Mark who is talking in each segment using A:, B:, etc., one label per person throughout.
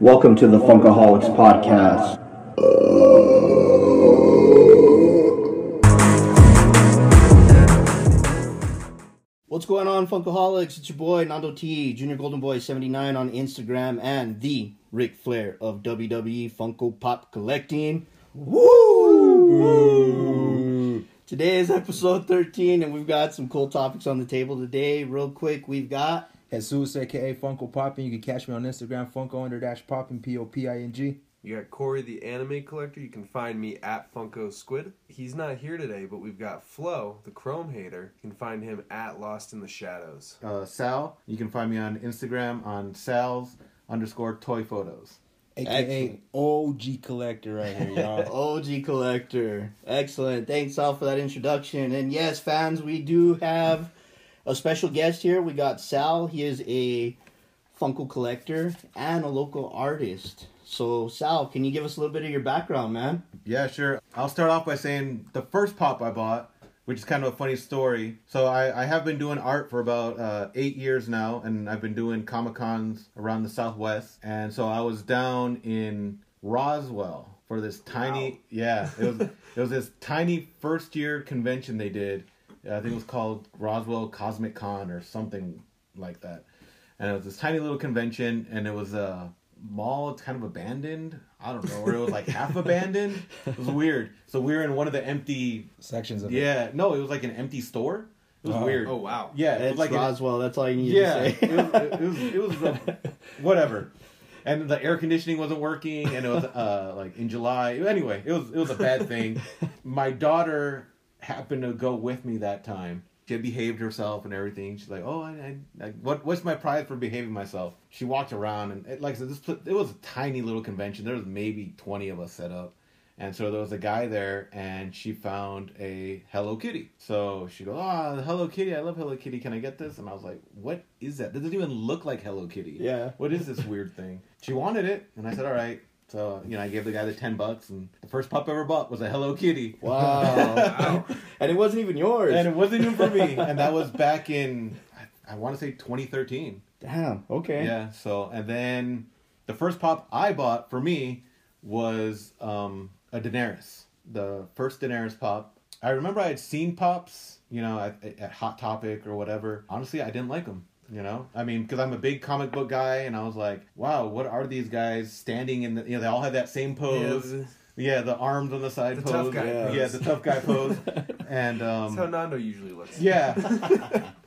A: Welcome to the Funkaholics Podcast. What's going on, Funkaholics? It's your boy Nando T, Junior Golden Boy 79 on Instagram, and the Ric Flair of WWE Funko Pop Collecting. Woo! Today is episode 13, and we've got some cool topics on the table today. Real quick, we've got
B: Jesus, aka Funko Poppin. You can catch me on Instagram, Funko under dash Poppin, P O P I N G.
C: You got Corey the anime collector. You can find me at Funko Squid. He's not here today, but we've got Flo, the Chrome hater. You can find him at Lost in the Shadows.
D: uh, Sal. You can find me on Instagram on Sal's underscore toy photos.
B: aka OG Collector right here, y'all.
A: OG Collector. Excellent. Thanks all for that introduction. And yes, fans, we do have a special guest here. We got Sal. He is a Funko collector and a local artist. So, Sal, can you give us a little bit of your background, man?
D: Yeah, sure. I'll start off by saying the first pop I bought, which is kind of a funny story. So I, I have been doing art for about uh, eight years now, and I've been doing Comic Cons around the Southwest. And so I was down in Roswell for this tiny, yeah, it was it was this tiny first year convention they did. I think it was called Roswell Cosmic Con or something like that. and it was this tiny little convention, and it was a mall. It's kind of abandoned. I don't know, or it was like half abandoned. It was weird. So we were in one of the empty.
B: Sections of it.
D: Yeah, no, it was like an empty store. It was
B: Oh.
D: weird.
C: Oh, wow.
D: yeah, it
A: It's
D: was like an,
A: Roswell. that's all you need to
D: yeah, it
A: say.
D: was, it was, it was a- whatever. And the air conditioning wasn't working, and it was uh, like in July. Anyway, it was it was a bad thing. My daughter happened to go with me that time. She had behaved herself and everything. She's like, "Oh, I, I, I what? What's my pride for behaving myself?" She walked around, and it, like I said, this pl- it was a tiny little convention. There was maybe twenty of us set up. And so there was a guy there, and she found a Hello Kitty. So she goes, "Ah, Hello Kitty! I love Hello Kitty. Can I get this?" And I was like, "What is that? That doesn't even look like Hello Kitty.
A: Yeah.
D: what is this weird thing?" She wanted it, and I said, "All right." So you know, I gave the guy the ten bucks, and the first pup I ever bought was a Hello Kitty,
A: wow.
C: Wow.
A: and it wasn't even yours.
D: and it wasn't even for me. And that was back in, I, I want to say 2013.
A: Damn. Okay.
D: Yeah. So and then the first pop I bought for me was um, a Daenerys, the first Daenerys pop. I remember I had seen pops, you know, at, at Hot Topic or whatever. Honestly, I didn't like them. You know, I mean, because I'm a big comic book guy, and I was like, wow, what are these guys standing in? The, you know, they all have that same pose. Yeah,
C: Yeah,
D: the, arms on the side
C: The
D: pose.
C: tough guy
D: yeah.
C: pose.
D: the tough guy pose. and
C: That's how
D: um,
C: Nando usually looks.
D: yeah,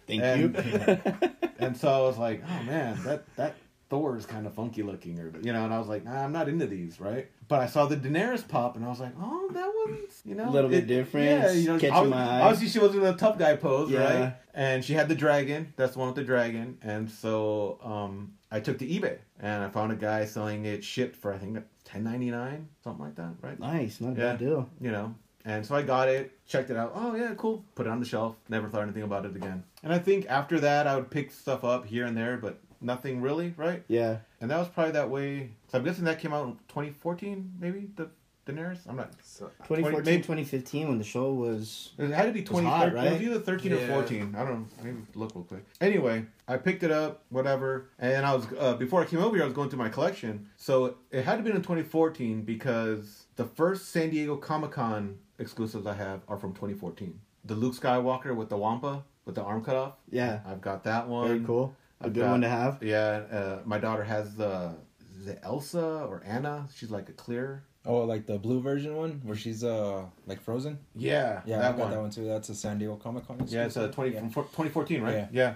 A: Thank
D: And-
A: you.
D: and so I was like, oh man, that that Thor is kind of funky looking, or you know. And I was like, nah, I'm not into these, right? But I saw the Daenerys pop, and I was like, oh, that one's you know
A: A little bit different, catching
D: obvi-
A: my eye.
D: Obviously, she was in the tough guy pose,
A: Yeah.
D: right? And she had the dragon. That's the one with the dragon. And so um, I took to eBay, and I found a guy selling it shipped for I think 10.99, something like that, right?
A: nice. Not a
D: Yeah.
A: bad deal.
D: you know. And so I got it, checked it out. Oh yeah, cool. Put it on the shelf. Never thought anything about it again. And I think after that, I would pick stuff up here and there, but nothing really, right?
A: Yeah.
D: And that was probably that way. So I'm guessing that came out in 2014, maybe the Daenerys. I'm not.
C: So,
A: 2014,
D: maybe-
A: 2015, when the show was.
D: It had to be
A: was
D: 2013.
A: hot,
D: It
A: right?
D: was either 13 or
C: Yeah.
D: 14. I don't know. Maybe look real quick. Anyway, I picked it up, whatever. And I was uh, before I came over here, I was going through my collection. So it had to be in 2014 because the first San Diego Comic Con exclusives I have are from 2014. The Luke Skywalker with the Wampa with the arm cut off.
A: Yeah.
D: I've got that one.
A: Very cool. A
D: I've
A: good
D: got-
A: one to have.
D: Yeah. Uh, my daughter has the is it Elsa or Anna? She's like a clear.
B: Oh, like the blue version one where she's uh like frozen.
D: Yeah.
B: Yeah, I got that one too. That's a San Diego Comic Con.
D: Yeah, it's uh,
B: exclusive.
D: 20,
B: Yeah.
D: from four- 2014, right? Yeah.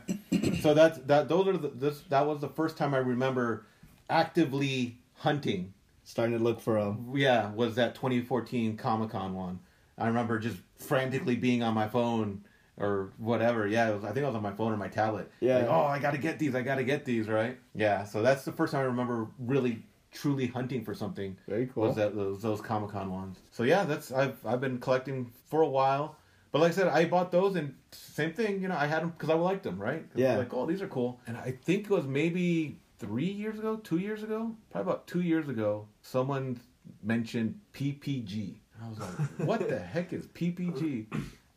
D: so that's that. Those are the, this. That was the first time I remember actively hunting.
A: Starting to look for a
D: Yeah, was that 2014 Comic Con one? I remember just frantically being on my phone or whatever. Yeah, it was, I think I was on my phone or my tablet.
A: Yeah.
D: Like, oh, I gotta get these. I gotta get these. Right. Yeah. So that's the first time I remember really truly hunting for something.
A: Very cool.
D: Was that those, those Comic Con ones? So yeah, that's I've I've been collecting for a while. But like I said, I bought those and same thing. You know, I had them because I liked them, right? 'Cause I was
A: Yeah.
D: Like oh, these are cool. And I think it was maybe three years ago, two years ago, probably about two years ago. Someone mentioned PPG. And I was like, what the heck is PPG?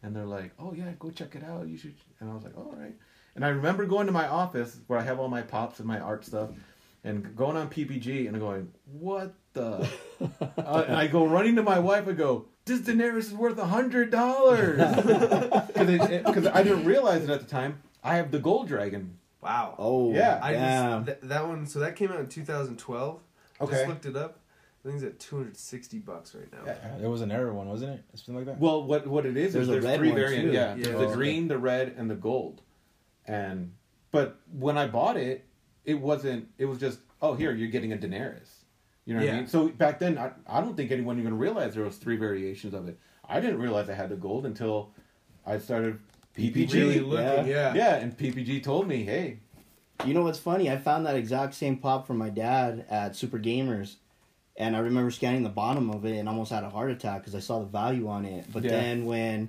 D: And they're like, oh yeah, go check it out. You should. And I was like, all right. And I remember going to my office where I have all my pops and my art stuff, and going on PPG and going, what the? uh, and I go running to my wife and go, this Daenerys is worth a hundred dollars because I didn't realize it at the time. I have the gold dragon.
C: Wow.
A: Oh,
D: Yeah,
C: I
A: damn.
C: just that, that one. So that came out in 2012.
D: Okay.
C: Just looked it up. I think it's at 260 bucks right now.
B: There was an error one, wasn't it? It's been like that.
D: Well, what what it is
A: There's
D: is
A: a
D: there's
A: red
D: three
A: one,
D: variants.
A: too.
C: Yeah.
D: Yeah, there's
B: Oh,
D: the
B: okay.
D: green, the red, and the gold. And but when I bought it, it wasn't. It was just oh here you're getting a Daenerys. You know what I
C: Yeah.
D: mean? So back then, I, I don't think anyone even realized there was three variations of it. I didn't realize I had the gold until I started PPG.
C: Really looking, yeah.
D: yeah, and PPG told me, hey,
A: You know what's funny? I found that exact same pop from my dad at Super Gamers, and I remember scanning the bottom of it and almost had a heart attack because I saw the value on it. But
D: Yeah.
A: then when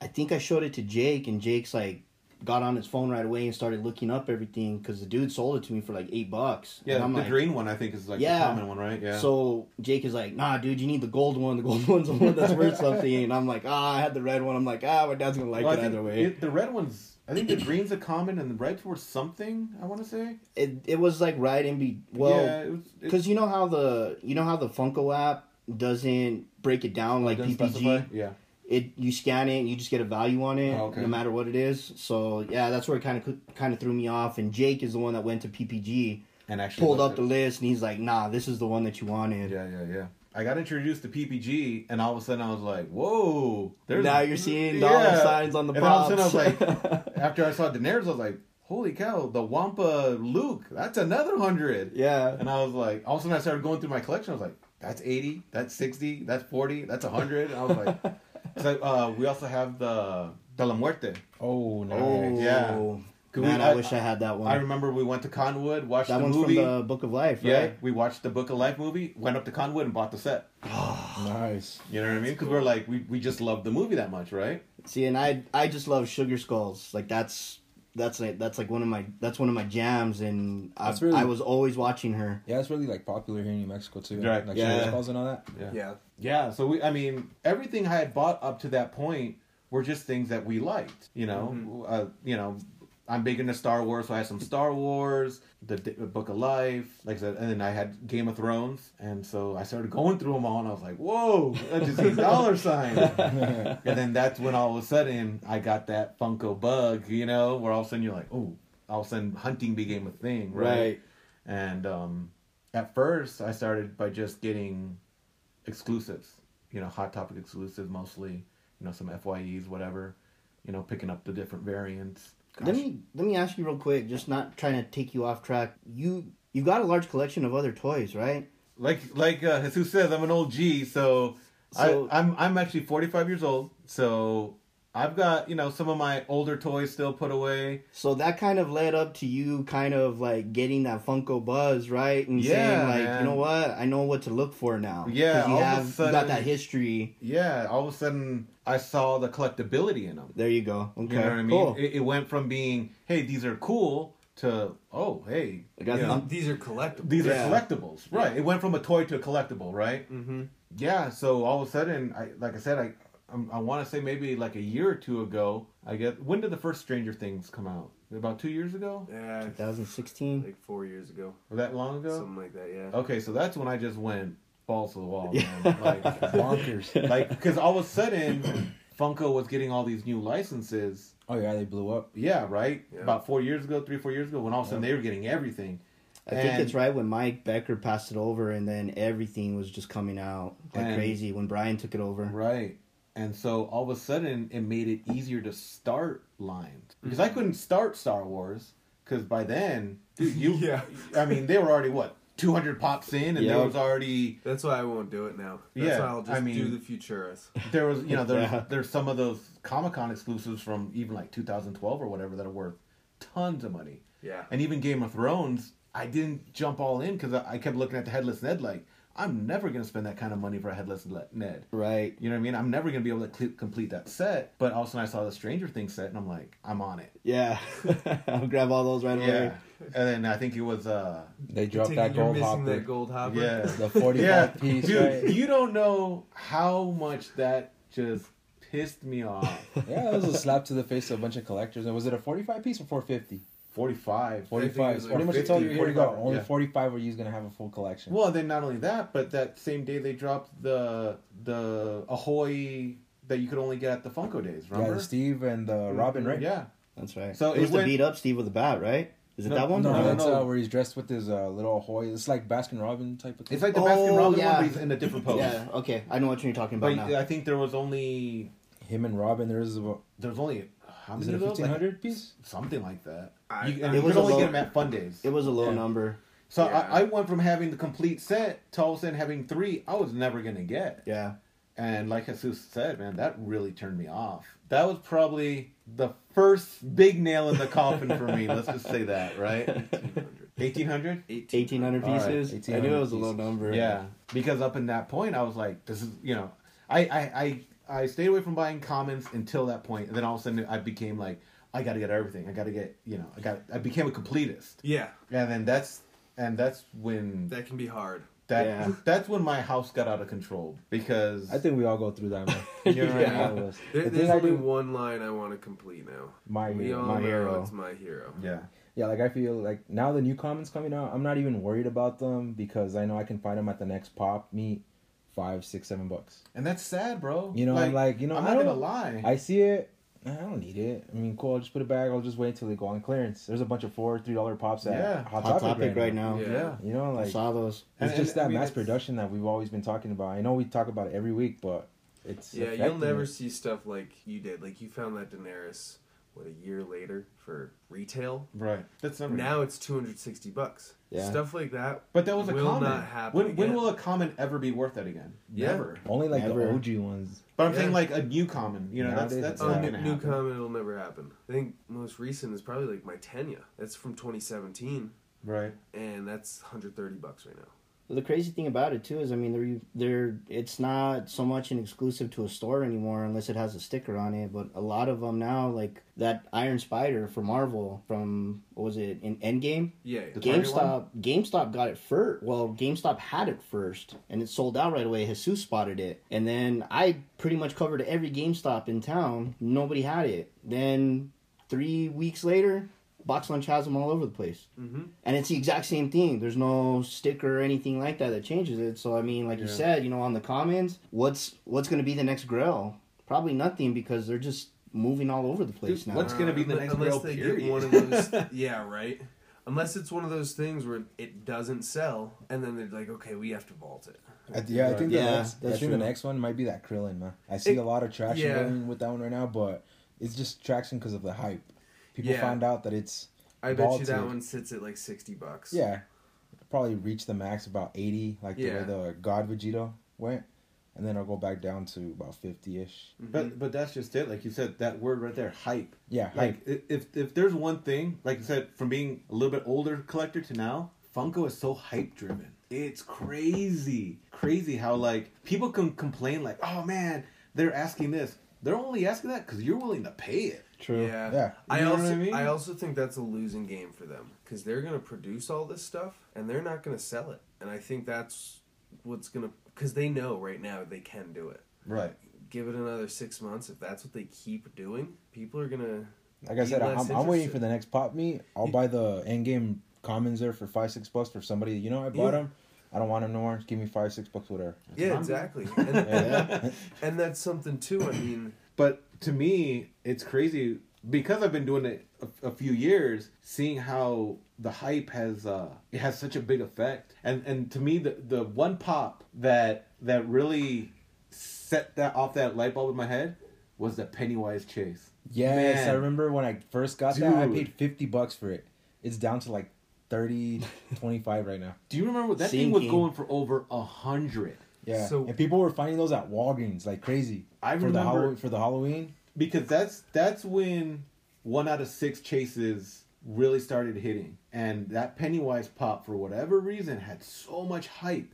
A: I think I showed it to Jake, and Jake's like got on his phone right away and started looking up everything because the dude sold it to me for like eight bucks.
D: yeah,
A: and I'm
D: the
A: like,
D: green one I think is like
A: Yeah.
D: the common one, right? Yeah.
A: So Jake is like, nah, dude, you need the gold one. The gold one's the one that's worth something. And I'm like, ah, I had the red one. I'm like, ah, my dad's gonna like
D: Well, I
A: it
D: think
A: either way. It,
D: it- the red ones. I think the green's a common, and the reds were something. I want to say.
A: it, was like right in be
D: yeah,
A: well,
D: it was, it-
A: because you know how the you know how the Funko app doesn't break it down like
D: Doesn't
A: PPG.
D: specify? Yeah.
A: It you scan it, and you just get a value on it,
D: Oh, okay.
A: no matter what it is. So yeah, that's where it kind of kind of threw me off. And Jake is the one that went to PPG,
D: And actually
A: pulled up
D: looked
A: the
D: at
A: list, and he's like, nah, this is the one that you wanted.
D: it. Yeah, yeah, yeah. I got introduced to PPG, and all of a sudden I was like, "Whoa!"
A: Now you're seeing dollar signs on the
D: And all of a
A: pops.
D: sudden I was like, after I saw Daenerys, I was like, "Holy cow!" The Wampa Luke, that's another hundred.
A: Yeah.
D: And I was like, all of a sudden I started going through my collection. I was like, "That's eighty. That's sixty. That's forty. That's hundred. I was like, "So uh, we also have the De La Muerte."
B: oh, nice.
A: Oh,
D: Yeah. Could we-
A: Man, I,
D: I-
A: wish I had that one.
D: I remember we went to Conwood, watched
A: that
D: the
A: one's
D: movie.
A: from the Book of Life, right?
D: yeah, we watched the Book of Life movie. Went up to Conwood and bought the set.
B: nice.
D: You know what I mean? Because we're like, we, we just love the movie that much, right?
A: See, and I I just love Sugar Skulls. Like that's that's like that's like one of my that's one of my jams, and I,
B: That's really-
A: I was always watching her.
B: Yeah, it's really like popular here in New Mexico too.
D: Right.
B: Like
A: Yeah.
B: yeah. calls and all that.
C: Yeah.
D: Yeah. So we, I mean, everything I had bought up to that point were just things that we liked. You know, uh, you know, I'm big into Star Wars, so I had some Star Wars, the D- uh, Book of Life, like I said, and then I had Game of Thrones, and so I started going through them all, and I was like, whoa, that's just a dollar sign. and then that's when all of a sudden I got that Funko bug, you know, where all of a sudden you're like, oh, all of a sudden hunting became a thing,
A: Right.
D: and um, at first, I started by just getting exclusives, you know, Hot Topic exclusives mostly, you know, some FYEs, whatever, you know, picking up the different variants.
A: Let me let me ask you real quick, just not trying to take you off track. You you've got a large collection of other toys, right?
D: Like like uh, Jesus says, I'm an old G, so,
A: So-
D: I, I'm I'm actually 45 years old, so I've got you know some of my older toys still put away.
A: So that kind of led up to you kind of like getting that Funko buzz, right? And saying
D: Yeah,
A: like,
D: man.
A: you know what, I know what to look for now.
D: Yeah,
A: 'Cause you
D: all of a
A: have you got
D: sudden-
A: that history.
D: Yeah, all of a sudden I saw the collectability in them.
A: There you go. Okay,
D: You know what I mean?
A: cool.
D: It, it went from being, hey, these are cool, to, oh, hey,
A: I got
D: you know,
A: them.
C: These are collectibles.
D: these
A: Yeah.
D: are collectibles. Right. It went from a toy to a collectible, right?
C: Mm-hmm.
D: Yeah, so all of a sudden, I like I said, I I'm, I want to say maybe like a year or two ago, I guess, when did the first Stranger Things come out? About two years ago?
C: Yeah.
A: 2016.
C: Like four years ago,
D: Or that long ago?
C: something like that. Yeah.
D: Okay, so that's when I just went balls to the wall, man. Like,
B: Bonkers.
D: like, because all of a sudden, Funko was getting all these new licenses,
B: oh yeah, they blew up.
D: Yeah, right.
C: Yeah.
D: About four years ago, three, four years ago, when all of a sudden they were getting everything.
A: I think
D: And-
A: it's right when Mike Becker passed it over, and then everything was just coming out like
D: And-
A: crazy when Brian took it over.
D: Right. And so all of a sudden, it made it easier to start lines because I couldn't start Star Wars because by then, dude, you,
C: Yeah.
D: I mean, they were already what two hundred pops in, and there
A: Yep.
D: was already
C: That's why I won't do it now. That's
D: Yeah,
C: why I'll just
D: I mean-
C: do the Futuras.
D: there was you know there's
A: Yeah.
D: there's some of those Comic Con exclusives from even like 2012 or whatever that are worth tons of money.
C: Yeah.
D: And even Game of Thrones, I didn't jump all in because I, I kept looking at the headless Ned like I'm never gonna spend that kind of money for a headless Le- Ned.
A: Right.
D: You know what I mean? I'm never gonna be able to cl- complete that set. But all of a sudden, I saw the Stranger Things set, and I'm like, I'm on it.
A: Yeah. I'll grab all those right away.
D: And then I think it was uh,
B: They dropped
C: Taking-
B: that
C: you're
B: gold
C: missing
B: hopper.
C: that gold hopper.
D: yeah,
B: The forty-five
D: yeah,
B: piece.
D: dude.
B: right?
D: You don't know how much that just pissed me off.
B: Yeah, that was a slap to the face of a bunch of collectors. And was it a forty-five piece or four fifty?
D: 45. 40.
B: 45.
C: was like
B: pretty much that's all
C: 50,
B: you're here to go.
C: 45,
B: Only
D: yeah.
B: 45 are you going to have a full collection.
D: Well, then not only that, but that same day they dropped the the Ahoy that you could only get at the Funko days.
B: yeah,
D: Remember?
B: the Steve and uh, Robin, right?
D: Yeah.
A: That's right.
D: So
A: So it was
D: it
A: the
D: went-
A: beat up Steve with the bat, right? Is it
D: No,
A: that one?
B: No,
D: No,
B: that's
D: no.
B: Uh, where he's dressed with his uh, little hoy. It's like Baskin Robin type of thing.
D: It's like the
A: Oh,
D: Baskin Robbins
A: yeah.
D: one, but he's in a different pose.
A: Yeah. Okay, I know what you're talking about
D: But
A: now.
D: I think there was only
B: him and Robin. There's about
D: there's only how
B: is
D: many
B: it a
D: of those? Like,
B: 1500 piece?
D: something like that.
C: I-
D: you, and
A: It
D: you
A: was
D: could
A: a
D: only
A: low-
D: get them at fun days.
A: It was a low
B: Yeah.
A: number.
D: so
C: Yeah.
D: I, I went from having the complete set to all of a sudden having three I was never gonna get.
A: Yeah.
D: And like Jesus said, man, that really turned me off. That was probably the first big nail in the coffin for me. Let's just say that, right?
C: 200.
D: Eighteen hundred.
A: 1800
D: All right,
A: pieces. I knew it was a low
B: 1800
A: number.
D: Yeah, because up in that point, I was like, this is you know, I I I, I stayed away from buying commons until that point, and then all of a sudden I became like, I got to get everything. I got to get you know, I got I became a completist,
C: Yeah,
D: and then that's and that's when that
C: that can be hard.
A: Yeah.
D: that's when my house got out of control because
B: I think we all go through that, man.
D: You're right.
B: All of us.
C: There,
B: The
C: there's
B: thing I
C: only
B: do,
C: one line I want to complete now.
B: my
C: We all
B: hero.
A: My
C: know
A: hero.
C: it's my hero.
D: yeah.
B: Yeah, like I feel like now the new comments coming out, I'm not even worried about them because I know I can find them at the next pop meet, five, six, seven bucks.
D: And that's sad, bro.
B: You know, I'm like, you know,
D: I'm
B: I
D: not gonna
B: don't-
D: lie.
B: I see it. I don't need it. I mean, cool. I'll just put it back. I'll just wait until they go on clearance. There's a bunch of four, three dollar pops at
D: Yeah.
B: Hot,
A: Hot
B: Topic, right, now.
A: now.
C: Yeah.
D: yeah.
B: You know,
A: I
B: like
A: saw those.
D: And-
B: it's
D: and
B: just
D: I
B: that
D: mean,
B: mass
D: it's-
B: production that we've always been talking about. I know we talk about it every week, but it's
C: Yeah, you'll
B: affecting
C: never
B: us.
C: see stuff like you did. Like you found that Daenerys what a year later for retail.
D: Right. That's not
C: Now it's 260 bucks.
A: Yeah.
C: Stuff like that.
D: But that was a
C: will
D: common.
C: not happen.
D: when when
C: again.
D: will a common ever be worth that again?
C: Yeah.
D: Never.
B: only like
A: Never.
B: the OG ones.
D: But I'm
C: Yeah.
D: saying like a new common. You know,
B: Nowadays, it's
D: that's that's not
C: Um,
B: not
D: gonna
C: new
D: happen.
C: comment it'll never happen. I think most recent is probably like my Tenya. That's from 2017,
D: Right.
C: and that's 130 bucks right now.
A: The crazy thing about it too is, I mean, they're they're it's not so much an exclusive to a store anymore unless it has a sticker on it. But a lot of them now, like that Iron Spider from Marvel from what was it in Endgame,
C: Yeah,
D: The Target
A: GameStop GameStop got it first. Well, GameStop had it first, and it sold out right away. Jesus spotted it, and then I pretty much covered every GameStop in town. Nobody had it. Then three weeks later, Box Lunch has them all over the place,
C: Mm-hmm.
A: and it's the exact same thing. There's no sticker or anything like that that changes it. So I mean, like you
D: Yeah.
A: said, you know, on the commons, what's what's going to be the next grill? Probably nothing because they're just moving all over the place
D: Dude,
A: now.
D: what's- It's gonna be the
C: Unle-
D: next
C: Uh, unless
D: real
C: they
D: period.
C: get one of those. yeah, right. Unless it's one of those things where it doesn't sell, and then they're like, okay, we have to vault it.
B: I th- yeah, I think
A: Yeah,
B: the next,
A: that's
B: I think the
A: true.
B: next one might be that Krillin, man. I see
C: It-
B: a lot of traction
C: yeah.
B: going with that one right now, but it's just traction because of the hype. People
C: Yeah.
B: found out that it's
C: I bet you that
B: Vaulted.
C: one sits at like 60 bucks.
B: yeah, probably reached the max about eighty, like
C: Yeah.
B: the way the God Vegeta went, and then I'll go back down to about fifty ish.
D: But but that's just it. Like you said, that word right there, hype.
B: Mm-hmm. Yeah,
D: Like
B: hype.
D: i- if if there's one thing, like you said, from being a little bit older collector to now, Funko is so hype driven. It's crazy, crazy how like people can complain like, oh man, they're asking this. They're only asking that because you're willing to pay it.
A: True.
C: Yeah.
B: Yeah.
C: I
D: You know what
C: also I,
D: I mean?
C: also think that's a losing game for them because they're gonna produce all this stuff and they're not gonna sell it. And I think that's what's gonna because they know right now they can do it.
D: Right.
C: Give it another six months if that's what they keep doing, people are gonna.
B: Like I
C: be
B: said, I'm,
C: less
B: I'm waiting
C: interested.
B: for the next pop meet. I'll buy the end game commons there for five six bucks for somebody. You know, I bought
C: Yeah.
B: them. I don't want them no more. Give me five six bucks, whatever.
C: Yeah, exactly. And,
B: Yeah.
C: and that's something too. I mean,
D: But to me, it's crazy because I've been doing it a, a few years, seeing how the hype has uh, it has such a big effect. And and to me, the the one pop that that really set that off that light bulb in my head was the Pennywise chase.
B: Yes, I
D: Man.
B: remember when I first got that, I
D: Dude.
B: paid 50 bucks for it. It's down to like 30, 25 right now.
D: Do you remember that thing was
A: Sinking.
D: going for over a hundred?
B: Yeah.
C: So-
B: and people were finding those at Walgreens like crazy.
D: I
B: for the
D: remember-
B: Halloween, for the Halloween.
D: because that's that's when one out of six chases really started hitting and that pennywise pop for whatever reason had so much hype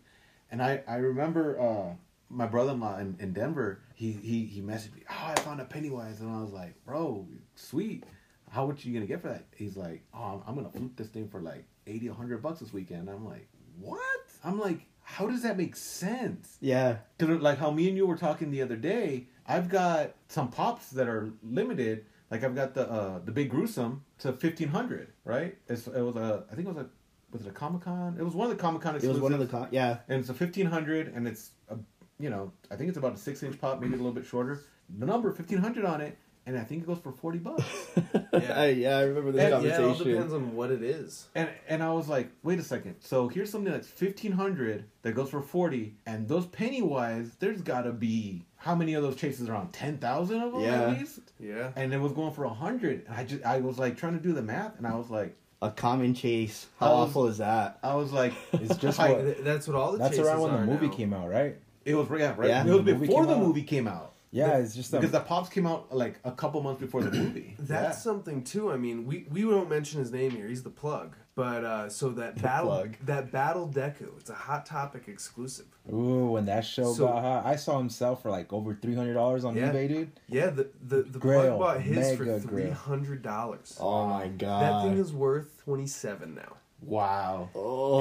D: and i i remember uh my brother-in-law in, in denver he, he he messaged me oh i found a pennywise and i was like bro sweet how much you gonna get for that he's like oh i'm, I'm gonna flip this thing for like 80 100 bucks this weekend i'm like what i'm like how does that make sense
A: Yeah.
D: Cause like how me and you were talking the other day, I've got some pops that are limited. Like I've got the uh, the big gruesome to fifteen hundred, right? It's, it was a I think it was a was it a Comic Con? It was one of the Comic Con
A: It was
D: exclusives.
A: one of the con- yeah.
D: and it's a fifteen hundred, and it's a, you know I think it's about a six inch pop, maybe a little bit shorter. The number fifteen hundred on it, and I think it goes for forty bucks.
A: Yeah. I, yeah, I remember this
D: Yeah,
C: Yeah, it all
A: conversation.
C: depends on what it is.
D: And and I was like, wait a second. So here's something that's fifteen hundred that goes for forty, and those Pennywise, there's gotta be how many of those chases are on ten thousand of them
A: Yeah.
D: at least.
C: Yeah.
D: And it was going for hundred. And I just I was like trying to do the math, and I was like,
A: a common chase. How
D: Um,
A: awful is that?
D: I was like,
B: It's just
D: I-
B: what-
C: Th- That's what all the
B: That's
C: chases
B: around when the
C: are
B: movie
C: now.
B: came out, right?
D: it was yeah, right.
A: Yeah.
D: It was
B: The movie
D: before
B: came
D: the
B: out.
D: movie came out.
B: Yeah, it's just a,
D: Because the pops came out like a couple months before the movie.
C: That's something too. I mean, we we won't mention his name here. He's the plug. But uh, so that battle
A: plug.
C: that battle Deku, it's a hot topic exclusive.
B: ooh when that show
C: So-
B: got hot. I saw him sell for like over three hundred dollars on
C: Yeah.
B: eBay, dude.
C: Yeah, the the, the
B: Grail.
C: plug bought his for
B: Mega
C: three
B: Grail.
C: hundred dollars.
A: Oh my
C: That thing
A: god.
C: is worth twenty seven now.
D: wow.
A: oh,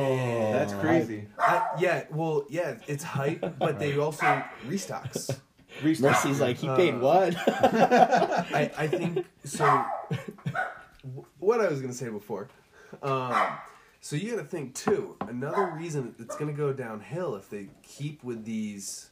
D: That's crazy.
C: I, yeah, well, yeah, it's hype, but they also restocks.
D: Reached out.
A: Mercy's like he paid
C: Uh,
A: what?
C: I, I think so. wh- What I was gonna say before, um, so you got to think too. Another reason it's gonna go downhill if they keep with these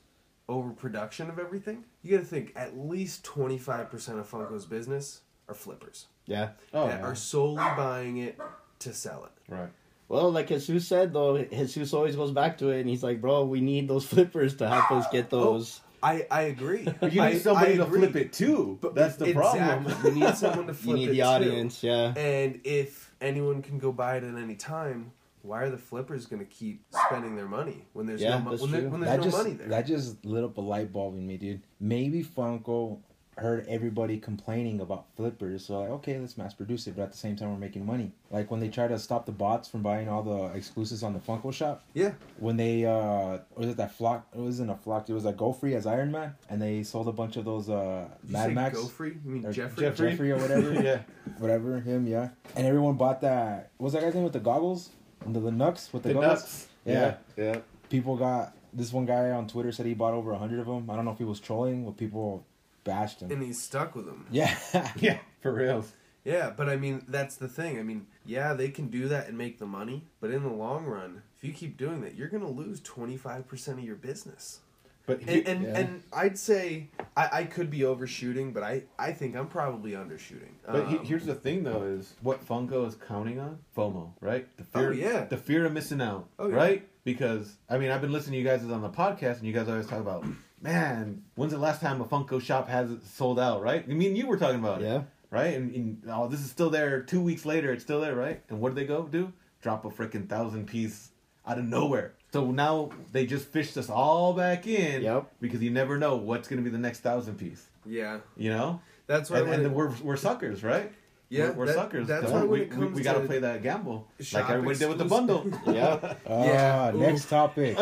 C: overproduction of everything. You got to think at least twenty five percent of Funko's business are flippers
A: yeah.
D: Oh,
C: that
D: yeah.
C: are solely buying it to sell it.
D: right.
A: Well, like Jesus said though, Jesus always goes back to it, and he's like, "Bro, we need those flippers to help us get
C: Oh,
A: those."
C: I I agree.
D: But you
C: I-
D: need somebody
C: I
D: to
C: agree.
D: flip it too. That's the problem.
C: Exactly. You need someone to
A: you
C: flip
A: need
C: it
A: the
C: too.
A: audience, yeah.
C: And if anyone can go buy it at any time, why are the flippers going to keep spending their money when there's
A: Yeah,
C: no mo-
A: that's
C: when, there,
A: true.
C: when there's
B: That
C: no
B: just
C: money there?
B: that just lit up a light bulb in me, dude. Maybe Funko heard everybody complaining about flippers, so like, okay, let's mass produce it, but at the same time, we're making money. Like when they try to stop the bots from buying all the exclusives on the Funko shop,
C: yeah,
B: when they uh was it that flock it wasn't a flock it was a go free as iron man and they sold a bunch of those uh
C: Did you
B: mad
C: say
B: max
C: Go free. You mean
B: or
C: Jeffrey?
B: Jeffrey. or whatever
D: yeah.
B: whatever him yeah and everyone bought that what was that guy's name with the goggles the, the nux with the,
D: The
B: goggles
D: nuts.
B: Yeah.
D: Yeah.
B: people got this one guy on twitter said he bought over 100 of them i don't know if he was trolling but people bashed him
C: And he's stuck with them.
B: yeah
D: Yeah, for real.
C: Yeah, but I mean that's the thing. I mean, yeah, they can do that and make the money, but in the long run, if you keep doing that, you're going to lose twenty five percent of your business.
D: But
C: And and,
B: Yeah.
C: and I'd say I, I could be overshooting, but I, I think I'm probably undershooting.
D: But he,
C: Um,
D: here's the thing, though, is what Funko is counting on FOMO, right? The fear,
C: Oh, yeah.
D: the fear of missing out,
C: Oh, yeah.
D: right? Because I mean, I've been listening to you guys on the podcast, and you guys always talk about, man, when's the last time a Funko shop has it sold out, right? I mean, you were talking about
A: Yeah.
D: it, right? And, and oh, this is still there. Two weeks later, it's still there, right? And what do they go do? Drop a freaking thousand piece out of nowhere. So now they just fished us all back in,
A: Yep.
D: Because you never know what's going to be the next thousand piece,
C: yeah,
D: you know.
C: that's why
D: And,
C: when
D: and
C: it-
D: then we're we're suckers, right?
C: Yeah,
D: we're, we're
C: that-
D: suckers.
C: That's
D: though.
C: why when
D: we,
C: it comes
D: we, we gotta
C: to
D: play that gamble,
C: shop
D: like everybody did with the bundle.
A: yeah.
B: uh,
C: Yeah. Ooh.
B: next topic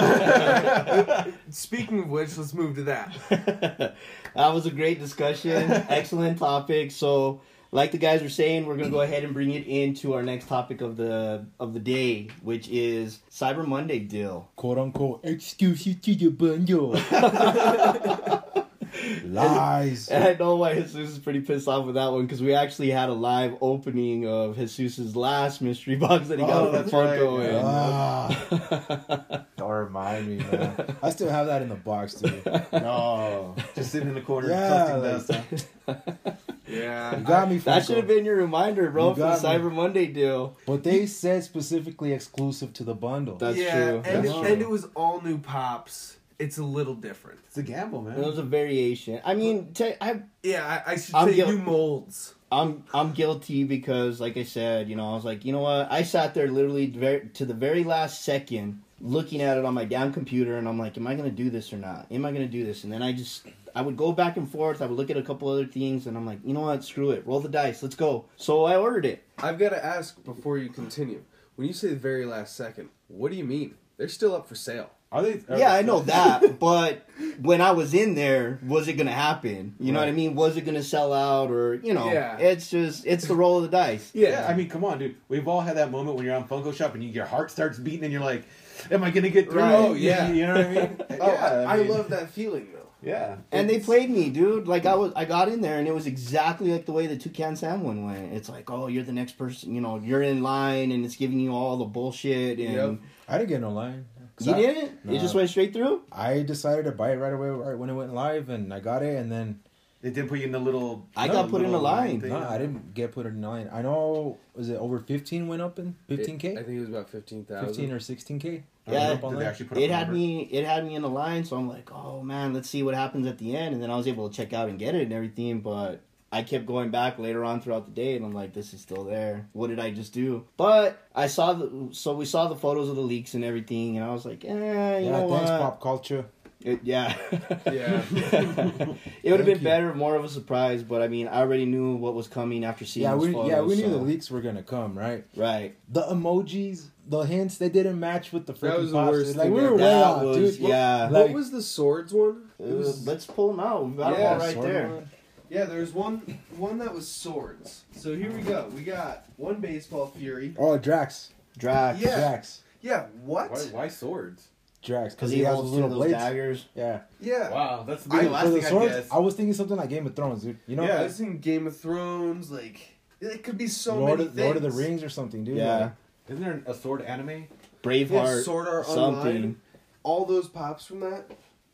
C: Speaking of which, let's move to that.
A: that was a great discussion. Excellent topic. So, like the guys were saying, we're gonna go ahead and bring it into our next topic of the of the day, which is Cyber Monday deal.
B: quote unquote excuses to the bundle lies
A: And I know why Jesus is pretty pissed off with that one because we actually had a live opening of Jesus's last mystery box that he
D: Oh,
A: got from
D: that's right.
A: Funko. and-
B: Ah, don't remind me, man. I still have that in the box, dude.
D: no, just sitting in the corner,
B: Yeah,
D: collecting
B: like-
D: dust. huh?
B: You
C: Yeah.
B: got me.
A: that
B: Funko.
A: should have been your reminder, bro,
B: You
A: for the
B: got me.
A: Cyber Monday deal.
B: But they said specifically exclusive to the bundle.
A: That's
C: yeah,
A: true.
C: And,
A: That's
C: it,
A: true.
C: and it was all new pops. It's a little different.
D: It's a gamble, man.
A: It was a variation. I mean, te- I,
C: Yeah, I, I should
A: I'm
C: say
A: guilty.
C: new molds.
A: I'm I'm guilty because, like I said, you know, I was like, you know what? I sat there literally ver- to the very last second, looking at it on my damn computer, and I'm like, am I gonna do this or not? Am I gonna do this? And then I just, I would go back and forth. I would look at a couple other things, and I'm like, you know what? Screw it. Roll the dice. Let's go. So I ordered it.
C: I've got to ask before you continue. When you say the very last second, what do you mean? They're still up for sale.
D: Are they? Are
A: Yeah, I know that, but when I was in there, was it gonna happen? You know what I mean? Was it gonna sell out, or you know?
C: Yeah.
A: It's just, it's the roll of the dice.
D: Yeah, I mean, come on, dude. We've all had that moment when you're on Funko Shop and you, your heart starts beating, and you're like, "Am I gonna get through?"
C: Right, yeah.
D: you know what I mean.
C: oh,
D: Yeah,
C: I, I
D: mean,
C: love that feeling though.
A: Yeah. And they played me, dude. Like I was I got in there and it was exactly like the way the Toucan Sam one went. It's like, oh, you're the next person, you know, you're in line and it's giving you all the bullshit and
C: Yep.
B: I didn't get no line. 'Cause
A: you
B: I-
A: didn't? It
B: Nah.
A: just went straight through?
B: I decided to buy it right away, right when it went live, and I got it. And then
D: They did put you in the little.
A: I got put in a
D: little
A: line.
D: thing.
B: no, I didn't get put in line. I know was it over fifteen went up in fifteen
C: I
B: k,
C: think it was about fifteen
B: fifteen
C: thousand.
B: or sixteen k.
A: Yeah.
B: up
D: Did
B: on
D: they
B: there.
D: actually put up
A: It
D: a
A: had
D: number?
A: me it had me in the line, so I'm like, oh man, let's see what happens at the end and then I was able to check out and get it and everything, but I kept going back later on throughout the day and I'm like, this is still there. What did I just do? But I saw the so we saw the photos of the leaks and everything and I was like, eh, you
B: Yeah,
A: know
B: thanks,
A: what?
B: pop culture.
A: It, yeah.
C: Yeah.
A: it would have been
B: Thank you.
A: better, more of a surprise, but I mean, I already knew what was coming after seeing
B: Yeah,
A: those
B: we
A: photos,
B: yeah we knew
A: so-
B: the leaks were gonna come, right?
A: Right.
B: The emojis, the hints, they didn't match with the freaking.
C: was the
B: pops.
C: worst
B: Like
C: thing
B: we
C: ever.
B: were way
A: That
B: off,
A: was-
B: dude.
A: yeah.
B: Like-
C: what was the swords one? It
A: Uh,
C: was
A: let's pull them out. We got
C: Yeah,
A: them all right
B: sort of.
A: there.
C: yeah. There's one one that was swords. So here we go. We got one baseball fury.
B: Oh, Drax,
A: Drax.
C: Yeah.
B: Drax,
C: Yeah. What?
D: Why, why swords?
B: Drax,
A: Because
B: because
A: he,
B: he has
A: holds
B: those
A: two
B: little
A: of those
B: blades.
A: daggers.
B: Yeah,
C: Yeah.
D: Wow, that's
C: I-
D: the
C: for
D: last
B: For the
D: thing
B: swords,
D: I guess.
B: was thinking something like Game of Thrones, dude. You know,
D: Yeah.
C: I was in Game of Thrones. Like it could be so
B: Lord,
C: many
B: of,
C: things.
B: Lord of the Rings or something, dude.
A: Yeah.
B: Like,
D: Isn't there a sword anime?
A: Braveheart.
C: Yeah, Sword Art Online.
A: something.
C: All those pops from that.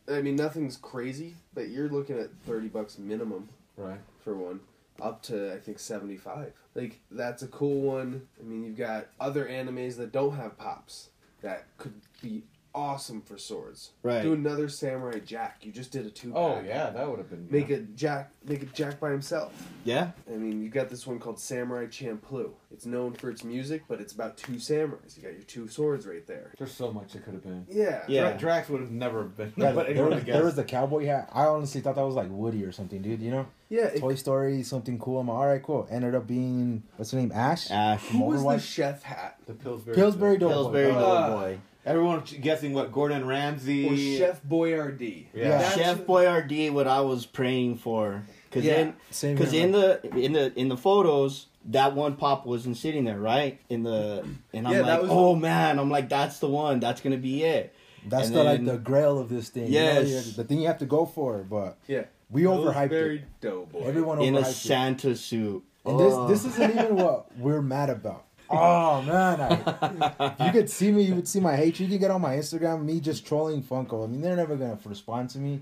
C: I mean, nothing's crazy, but you're looking at thirty bucks minimum
D: Right.
C: for one, up to I think seventy five. Like that's a cool one. I mean, you've got other animes that don't have pops that could be awesome for swords.
A: Right.
C: Do another Samurai Jack. You just did a two.
D: Oh yeah, that would have been.
C: Make a Jack. Make a Jack by himself.
A: Yeah.
C: I mean, you got this one called Samurai Champloo. It's known for its music, but it's about two samurais. You got your two swords right there.
D: There's so much it could have been.
C: Yeah.
A: Yeah.
D: Dra- Drax would have never been.
B: yeah,
D: but
B: there,
D: anyone
B: was,
D: would
B: there was
D: guess.
B: the cowboy hat. I honestly thought that was like Woody or something, dude. You know,
C: Yeah. it-
B: Toy Story, something cool. I'm like, all right, cool. Ended up being what's her name, Ash.
A: Ash.
C: who was the
B: Overwatch.
C: chef hat?
D: The Pillsbury.
B: Pillsbury Doughboy.
A: Pillsbury
B: Uh,
D: Ah.
A: Doughboy.
D: Everyone guessing what Gordon Ramsay.
C: Or Chef Boyardee.
D: Yeah.
B: Yeah.
C: That's-
A: Chef Boyardee, what I was praying for. Because
C: Yeah.
A: then
B: Same
A: Because
B: here,
A: in
B: man.
A: the in the in the photos, that one pop wasn't sitting there, right? In the and I'm
C: Yeah, that
A: like,
C: was the-
A: oh man, I'm like, that's the one. That's gonna be it.
B: that's
A: and
B: the
A: then-
B: like the grail of this thing.
A: Yes.
B: you know, the thing you have to go for. But
C: Yeah.
B: we overhyped
C: Pillsbury
B: it.
C: Doughboy.
B: Everyone
A: in a
B: overhyped it.
A: Santa suit.
B: And
A: Oh.
B: this this isn't even what we're mad about. Oh man, I, if you could see me, you would see my hate. You can get on my Instagram, me just trolling Funko. I mean, they're never gonna respond to me.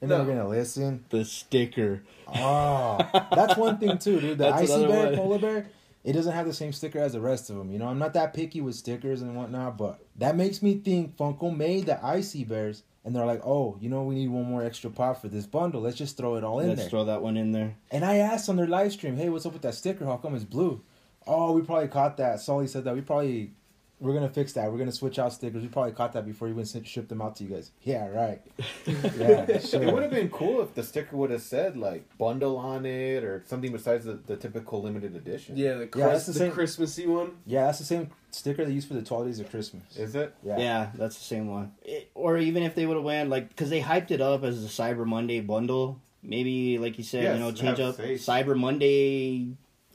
B: They're
C: No.
B: never gonna listen.
A: the sticker.
B: Oh, that's one thing too, dude. The
A: That's
B: icy
A: another
B: bear,
A: one.
B: polar bear, it doesn't have the same sticker as the rest of them. You know, I'm not that picky with stickers and whatnot, but that makes me think Funko made the icy bears, and they're like, oh, you know, we need one more extra pop for this bundle. Let's just throw it all in
A: Let's
B: there.
A: throw that one in there.
B: and I asked on their live stream, hey, what's up with that sticker? How come it's blue? Oh, we probably caught that. Sully said that we probably. We're gonna fix that. We're gonna switch out stickers. We probably caught that before you went and shipped them out to you guys. Yeah, right. Yeah, sure.
D: It would have been cool if the sticker would have said like bundle on it or something besides the, the typical limited edition.
C: Yeah, the, Chris,
B: Yeah, that's
C: the,
B: the same-
C: Christmassy one.
B: Yeah, that's the same sticker they use for the 12 days of Christmas.
D: Is it?
A: Yeah, that's the same one. It- or even if they would have went like because they hyped it up as the Cyber Monday bundle. Maybe like you said,
D: Yes,
A: you know, change
D: have
A: up
D: faith.
A: Cyber Monday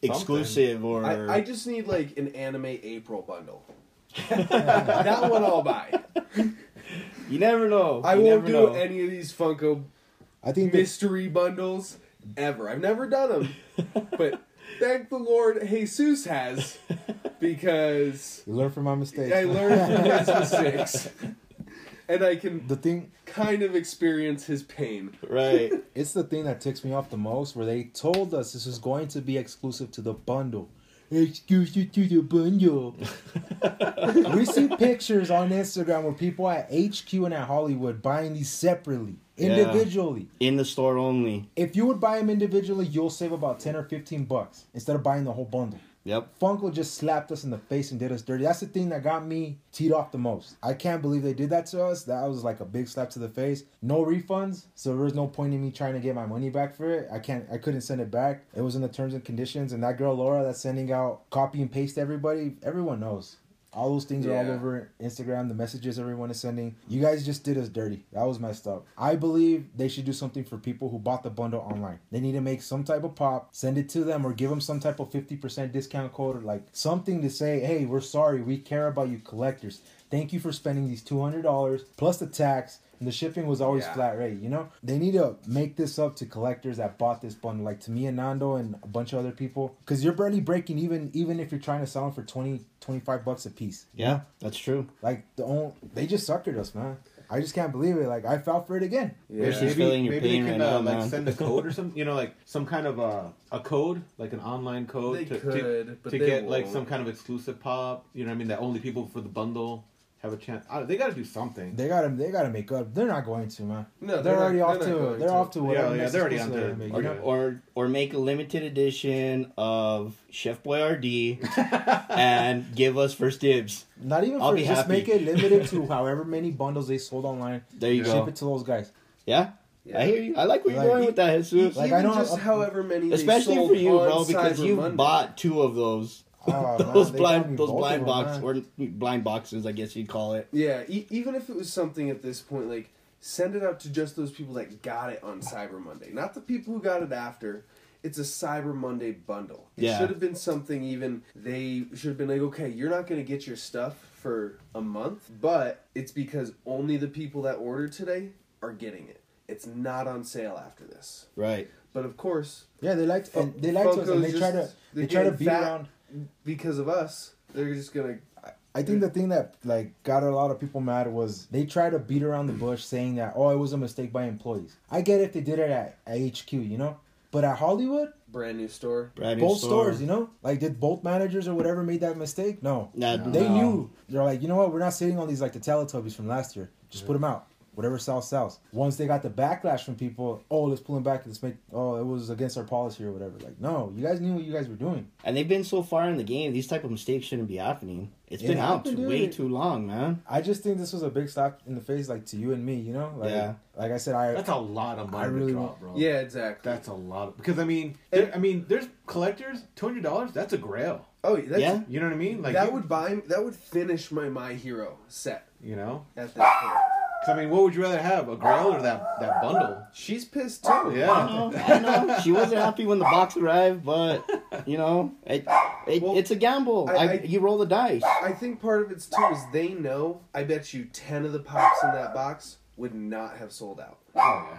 A: exclusive or
C: I, I just need like an anime April bundle. that one I'll buy.
A: you never know.
C: I
A: You
C: won't
A: never
C: do
A: know.
C: any of these Funko
B: I think the,
C: mystery bundles ever. I've never done them, but thank the Lord Jesus has because
B: you learn from my mistakes.
C: I learned from his mistakes, and I can
B: the thing
C: kind of experience his pain.
A: right.
B: it's the thing that ticks me off the most where they told us this was going to be exclusive to the bundle. Exclusive to the bundle. we see pictures on Instagram where people at HQ and at Hollywood buying these separately,
A: Yeah.
B: individually.
A: In the store only.
B: If you would buy them individually, you'll save about 10 or 15 bucks instead of buying the whole bundle.
A: Yep.
B: Funko just slapped us in the face and did us dirty. That's the thing that got me teed off the most. I can't believe they did that to us. That was like a big slap to the face. No refunds, so there was no point in me trying to get my money back for it. I can't. I couldn't send it back. It was in the terms and conditions. And that girl Laura that's sending out copy and paste to everybody. Everyone knows. All those things are all
C: Yeah.
B: over Instagram, the messages everyone is sending. You guys just did us dirty. That was messed up. I believe they should do something for people who bought the bundle online. They need to make some type of pop, send it to them, or give them some type of 50% discount code or like something to say, hey, we're sorry. We care about you collectors. Thank you for spending these $200 plus the tax. And the shipping was always
C: Yeah.
B: flat rate, you know? They need to make this up to collectors that bought this bundle, like to me and Nando and a bunch of other people. Because you're barely breaking even even if you're trying to sell them for 20, 25 bucks a piece.
A: Yeah, that's true.
B: Like, the own, they just suckered us, man. I just can't believe it. Like, I fell for it again.
C: Yeah.
A: She's feeling your
D: maybe
A: pain
D: they can
A: right
D: uh,
A: now,
D: like
A: man.
D: send a code or something. You know, like some kind of a a code, like an online code
C: They
D: to to,
C: could, but
D: to
C: they
D: get like
C: won't.
D: some kind of exclusive pop. You know what I mean? That only people for the bundle have a chance. I, they got to do something.
B: They gotta, they gotta make up. They're not going to, man. they're,
C: No, they're not-
B: already
C: they're
B: off
C: not
B: to.
C: going
B: They're
C: to.
B: off to
D: Yeah,
B: whatever.
D: yeah,
B: next
D: they're already
B: exclusive
D: on
B: they're gonna
D: to-
B: make,
A: Or,
B: you
D: Okay.
B: know?
A: or or make a limited edition of Chef Boyardee and give us first dibs.
B: Not even
A: I'll
B: for
A: be
B: just
A: happy.
B: make it limited to however many bundles they sold online.
A: There you
B: Ship
A: go.
B: it to those guys.
A: Yeah?
C: Yeah.
A: I hear you. I like where you're
B: Like-
A: going with that, Jesus.
B: Like,
C: Even
B: I don't-
C: just however many, they
A: Especially
C: sold
A: for you,
C: on
A: bro, because
C: Cyber
A: you
C: Monday.
A: bought two of those.
B: Oh,
A: those
B: man, they got me
A: blind, those
B: both
A: blind
B: of them,
A: box or
B: man.
A: blind boxes, I guess you'd call it.
C: Yeah, e- even if it was something at this point, like send it out to just those people that got it on Cyber Monday, not the people who got it after. It's a Cyber Monday bundle. It
A: Yeah.
C: should have been something even they should have been like, okay, you're not going to get your stuff for a month, but it's because only the people that ordered today are getting it. It's not on sale after this.
A: Right.
C: But of course,
B: Yeah, they liked
C: Fu-
B: and they liked us, and
C: Funko's
B: they try to
C: just-
B: they,
C: they're
B: try to
C: getting
B: beat
C: fat.
B: around.
C: because of us, they're just going to
B: I think the thing that like got a lot of people mad was they tried to beat around the bush, saying that oh, it was a mistake by employees. I get if they did it at, at HQ, you know, but at Hollywood,
C: brand new store.
A: Brand new
B: both
A: store.
B: stores, you know, like did both managers or whatever made that mistake? No,
A: Nah,
B: they
A: no.
B: knew. They're like, you know what? We're not sitting on these like the Teletubbies from last year. Just put them out. Whatever sells sells. Once they got the backlash from people, oh, let's pull them back. Let's make. Oh, it was against our policy or whatever. Like, no, you guys knew what you guys were doing.
A: And they've been so far in the game, these type of mistakes shouldn't be happening. It's
B: It
A: been out
B: happened,
A: too, way
B: dude.
A: too long, man.
B: I just think this was a big slap in the face, like to you and me. You know, like,
A: Yeah.
B: Like I said, I
D: That's a lot of money
B: I really
D: to drop,
B: want-
D: bro.
C: Yeah, exactly.
D: that's a lot. Of, because I mean, there, I mean, there's collectors. Two hundred dollars. That's a grail.
C: oh, that's,
A: Yeah.
D: You know what I mean? Like
C: that
D: you-
C: would buy that would finish my My Hero set
D: You know?
C: at that point.
D: 'Cause, I mean, what would you rather have, a grail or that that bundle?
C: She's pissed too.
A: I
D: Yeah.
A: know, Oh, I know. She wasn't happy when the box arrived, but you know, it, it
C: Well,
A: it's a gamble.
C: I-
A: I,
C: I-
A: you roll the dice.
C: I think part of it's too is they know. I bet you ten of the pops in that box would not have sold out.
D: Oh,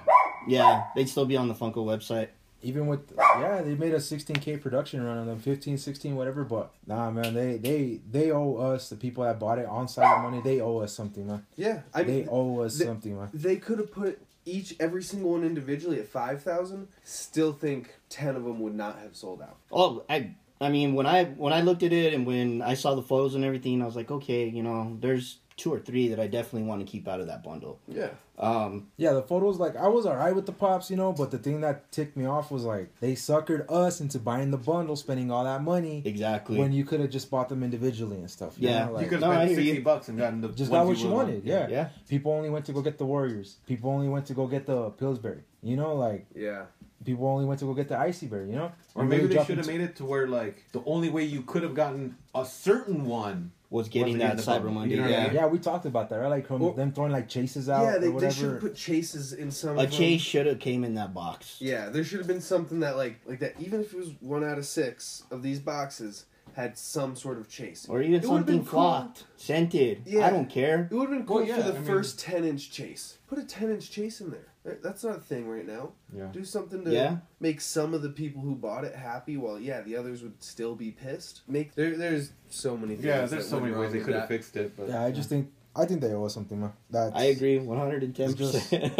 A: Yeah, they'd still be on the Funko website.
B: even with yeah they made a 16k production run on them 15 16 whatever but nah man they they they owe us the people that bought it on site money they owe us something man
C: Yeah, I mean,
B: they owe us
C: they-
B: something man
C: they could have put each every single one individually at five thousand. Still think ten of them would not have sold out.
A: Oh, I I mean when I when I looked at it and when I saw the photos and everything, I was like, okay, you know, there's two or three that I definitely want to keep out of that bundle.
C: Yeah,
A: Um,
B: yeah the photos like i was all right with the pops you know but the thing that ticked me off was like they suckered us into buying the bundle spending all that money
A: exactly.
B: when you could have just bought them individually and stuff you
A: Yeah.
B: know?
D: yeah. You
B: like,
D: could
A: No,
D: have
A: I
D: spent
A: hear
D: 60
A: you.
D: bucks and gotten the
B: just
D: ones
B: got what you
D: really
B: wanted yeah.
A: Yeah.
B: people only went to go get the warriors people only went to go get the pillsbury you know like
C: yeah.
B: people only went to go get the icy bear you know
D: Or
B: You
D: maybe
B: really
D: they
B: drop
D: should have
B: into-
D: made it to where, like, the only way you could have gotten a certain one.
A: was getting
D: Wasn't
A: that
D: getting the
A: Cyber
D: bundle,
A: Monday.
D: you know what I
A: yeah.
D: mean?
B: Yeah, we talked about that, right? Like from
C: Or-
B: them throwing like chases out
C: yeah,
B: or
C: they, they should
B: whatever.
C: have put chases in some.
A: A
C: of 'em.
A: chase should have came in that box.
C: Yeah, there should have been something that like like that. Even if it was one out of six of these boxes had some sort of chase,
A: Or even
C: It would've
A: something
C: been cool.
A: flocked, scented.
C: Yeah.
A: I don't care.
C: It would have been cool
D: Well, yeah,
C: for the
D: I mean-
C: first ten inch chase. Put a ten inch chase in there. That- That's not a thing right now.
D: Yeah.
C: Do something to
A: Yeah.
C: make some of the people who bought it happy. While yeah, the others would still be pissed. Make there. There's so many. Things
D: Yeah,
C: that
D: there's so
C: went
D: many
C: wrong
D: ways they
C: with
D: could have
C: that.
D: fixed it. But
B: Yeah, I just think I think they owe us something, man. That's,
A: I agree, one hundred and ten percent.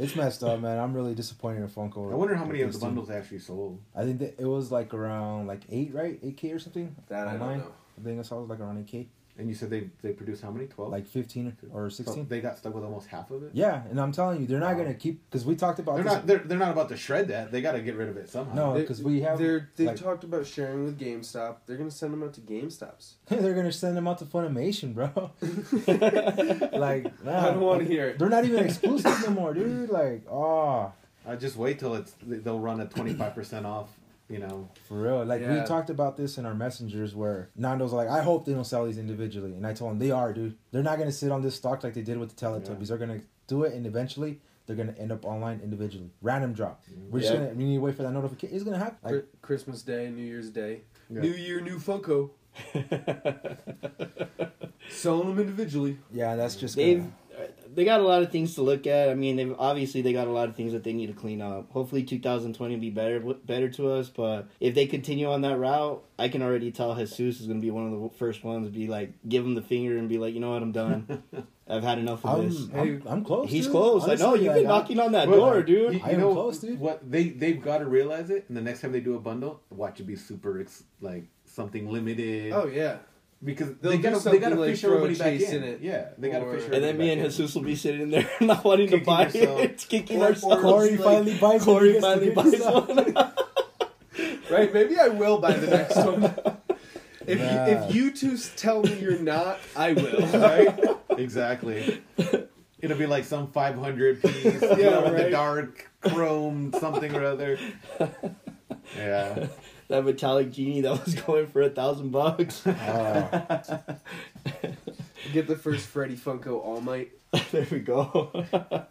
B: It's messed up, man. I'm really disappointed in Funko.
D: I wonder how
B: with
D: many of the
B: these two.
D: bundles actually sold.
B: I think that it was like around like eight, right? Eight K or something.
C: That I don't
B: Online.
C: know.
B: I think I saw it was like around eight K,
D: And you said they, they produced how many? 12?
B: like fifteen or
D: So
B: sixteen.
D: they got stuck with almost half of it?
B: yeah, and I'm telling you, they're not
D: Wow.
B: gonna keep because we talked about
D: They're
B: this.
D: not, they're, they're not about to shred that. They got to get rid of it somehow.
B: No.
C: They-
B: 'Cause we have,
C: They're, they've
B: like-
C: talked about sharing with GameStop. They're gonna send them out to GameStops.
B: they're gonna send them out to Funimation, bro. like, nah,
C: I don't want to hear it.
B: They're not even exclusive no more, dude. Like, ah.
D: I just wait till it's they'll run at 25% off, you know.
B: For real. Like
C: Yeah.
B: we talked about this in our messengers where Nando's like, I hope they don't sell these individually. And I told him they are, dude. They're not gonna sit on this stock like they did with the Teletubbies. They're gonna do it and eventually they're gonna end up online individually. Random drop. We're just
A: Yeah.
B: gonna we need to wait for that notification. It's gonna happen. Like,
C: Cri- Christmas Day, New Year's Day,
D: Yeah.
C: New Year, new Funko. Selling them individually.
B: yeah, that's just
A: They've
B: gonna-
A: uh, they got a lot of things to look at. I mean, they've obviously they got a lot of things that they need to clean up. Hopefully, 2020 will be better better to us. But if they continue on that route, I can already tell Jesus is going to be one of the first ones to be like, give him the finger and be like, you know what, I'm done. I've had enough of this.
B: I'm, I'm, I'm close.
A: He's
B: dude.
A: close. I know
B: Honestly,
A: you've
B: like,
A: been knocking on that
D: Well,
A: door,
D: You,
A: dude.
D: you
B: I am
D: know
B: close, dude.
D: what they they've got to realize it, and the next time they do a bundle, watch it be super ex- like something limited.
C: Oh yeah.
D: because
C: They'll
D: they
C: do
D: got to they
C: something
D: got to
C: like
D: fish
C: throw
D: everybody back
C: Chase
D: in.
C: in it,
D: Yeah, they got to
C: or-
D: fish.
C: And
A: And then
D: everybody
A: me and
D: back in.
A: Jesus will be sitting in there not wanting to
D: Kicking
A: buy
D: yourself.
A: it, kicking
C: Or- or
A: ourselves.
B: Corey
C: Like,
B: finally buys. it. He
A: Corey
B: gets to
A: finally
B: pick
A: buys
B: this up.
A: one.
C: Right. Maybe I will buy the next one. If
B: Nah.
C: you, if you two s- tell me you're not, I will. Right?
D: exactly. It'll be like some 500 piece, yeah,
C: Yeah,
D: with the
C: right.
D: dark chrome something or other. Yeah,
A: that metallic genie that was going for a thousand bucks.
B: Uh,
C: Get the first Freddy Funko All Might.
A: there we go.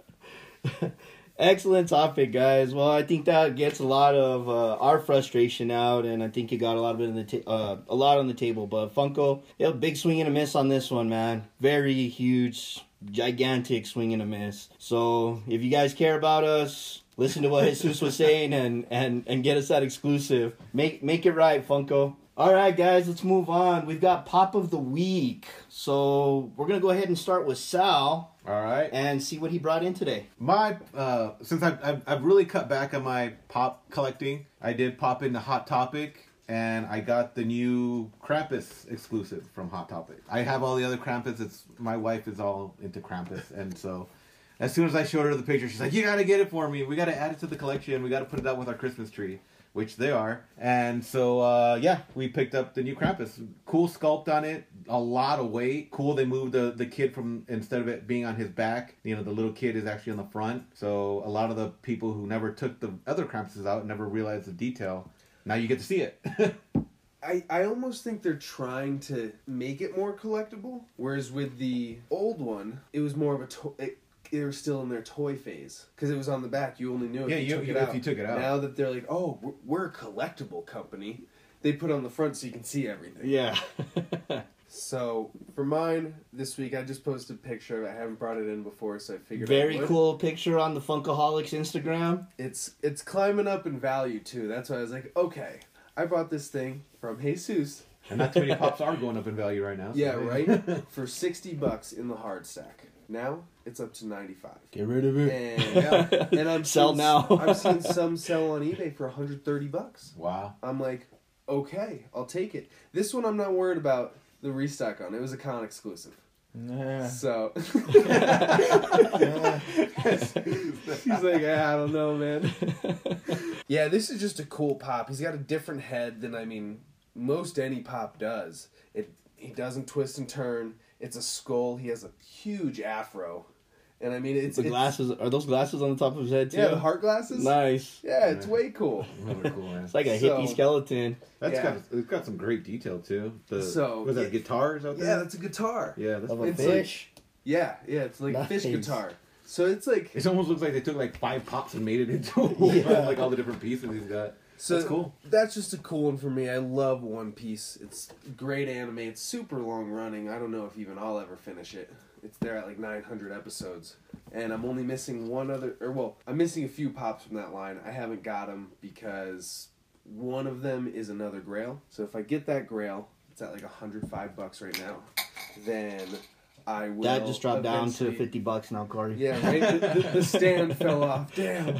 A: Excellent topic, guys. Well, I think that gets a lot of uh, our frustration out, and I think you got a lot of it in the ta- uh, a lot on the table. But Funko, yeah, big swing and a miss on this one, man. Very huge, gigantic swing and a miss. So if you guys care about us, listen to what Jesus was saying, and and and get us that exclusive. Make make it right, Funko. All right, guys, let's move on. We've got pop of the week, so we're gonna go ahead and start with Sal
D: all right.
A: and see what he brought in today.
D: My uh, since I've, I've I've really cut back on my pop collecting, I did pop into Hot Topic and I got the new Krampus exclusive from Hot Topic. I have all the other Krampus. It's my wife is all into Krampus, and so as soon as I showed her the picture, she's like, "You gotta get it for me. We gotta add it to the collection. We gotta put it out with our Christmas tree." Which they are, and so uh, yeah, we picked up the new Krampus. Cool sculpt on it, a lot of weight. Cool, they moved the the kid from instead of it being on his back, you know, the little kid is actually on the front. So a lot of the people who never took the other Krampuses out never realized the detail. Now you get to see it.
C: I, I almost think they're trying to make it more collectible. Whereas with the old one, it was more of a toy. It, they were still in their toy phase because it was on the back. You only knew if
D: Yeah,
C: you,
D: you-
C: took
D: you-
C: it
D: if
C: out.
D: you took it out.
C: Now that they're like, oh, we're, we're a collectible company, they put on the front so you can see everything.
A: Yeah.
C: So for mine this week, I just posted a picture. of it. I haven't brought it in before, so I figured. I
A: Very
C: would.
A: cool picture on the Funkaholics Instagram.
C: It's it's climbing up in value too. That's why I was like, okay, I bought this thing from Jesus.
D: and not too many pops are going up in value right now. so-
C: Yeah, right. for sixty bucks in the hard stack. Now it's up to ninety five.
B: get rid of it.
C: And, yeah, and I'm
A: Sell
C: seeing-
A: now.
C: I'm seeing some sell on eBay for 130 bucks.
D: Wow.
C: I'm like, okay, I'll take it. This one I'm not worried about the restock on. It was a con exclusive.
B: Nah.
C: So
B: Oh,
C: she's like, "Yeah, I don't know, man. yeah, this is just a cool pop. He's got a different head than I mean most any pop does. It he doesn't twist and turn. It's a skull. He has a huge afro, and I mean it's
A: The
C: it's-
A: glasses are those glasses on the top of his head too.
C: Yeah, the heart glasses.
A: Nice.
C: Yeah, it's way cool.
D: Really cool, man.
A: It's like a
C: So-
A: hippie skeleton.
D: That's
C: Yeah.
D: got it's got some great detail too. The
C: So-
D: was that guitars out there?
C: Yeah, that's a guitar.
D: yeah, that's
A: Of a
C: It's
A: fish.
C: yeah, yeah it's like fish
A: Nice.
C: guitar. So it's like
D: It almost looks like they took like five pops and made it into one, like all the different pieces he's got.
C: So
D: That's cool.
C: That's just a cool one for me. I love One Piece. It's great anime. It's super long running. I don't know if even I'll ever finish it. It's there at like 900 episodes, and I'm only missing one other. Or well, I'm missing a few pops from that line. I haven't got them because one of them is another Grail. So if I get that Grail, it's at like 105 bucks right now. Then I will.
A: that just dropped down to
C: eventually-
A: fifty bucks now, Corey.
C: Yeah, right. the, the- the stand fell off. Damn.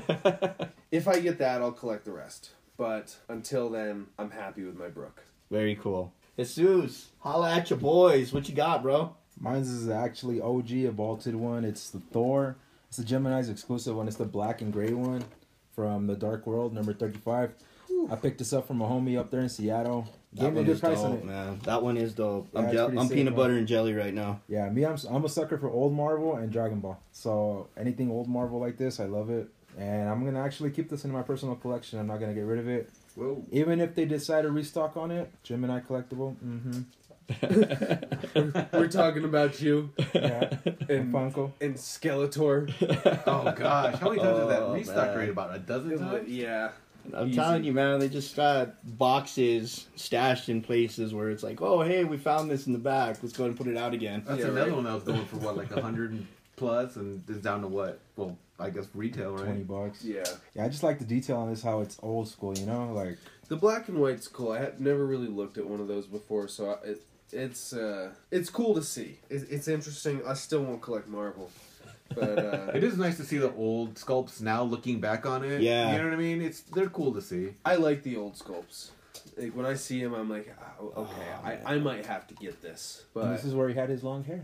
C: If I get that, I'll collect the rest. But until then, I'm happy with my Brook.
A: Very cool. Jesus, holla at your boys. What you got, bro?
B: Mine's is actually OG, a vaulted one. It's the Thor. It's the Gemini's exclusive one. It's the black and gray one from the Dark World, number 35. I picked this up from a homie up there in Seattle. Gave me a good price on it.
A: man. That one is dope.
B: Yeah,
A: I'm,
B: it's
A: je-
B: pretty
A: I'm
B: sick,
A: peanut
B: man.
A: butter and jelly right now.
B: Yeah, me, I'm, I'm a sucker for old Marvel and Dragon Ball. So anything old Marvel like this, I love it. And I'm going to actually keep this in my personal collection. I'm not going to get rid of it.
D: Whoa.
B: Even if they decide to restock on it, Gemini Collectible, mm-hmm.
C: We're talking about you
B: Yeah. and
C: and
B: Funko.
C: and Skeletor.
D: Oh gosh, how many times is that
A: Oh,
D: restock
A: man.
D: rate? About a dozen times.
C: yeah.
A: I'm
C: Easy.
A: telling you, man, they just got boxes stashed in places where it's like, oh, hey, we found this in the back. Let's go and put it out again.
D: That's
C: Yeah,
D: another
C: right.
D: one that was going for what, like 130 plus and it's down to what? Well, I guess retail, right?
B: Twenty bucks.
C: Yeah.
B: Yeah, I just like the detail on this how it's old school. You know, like
C: The black and white's cool. I had never really looked at one of those before, so I, it, it's uh, it's cool to see. It, it's interesting. I still won't collect marble, but uh,
D: It is nice to see the old sculpts now looking back on it.
A: Yeah.
D: You know what I mean? It's they're cool to see.
C: I like the old sculpts. Like when I see him, I'm like, "Ah, okay, I, I might have to get this.
B: and
C: But
B: this is where he had his long hair.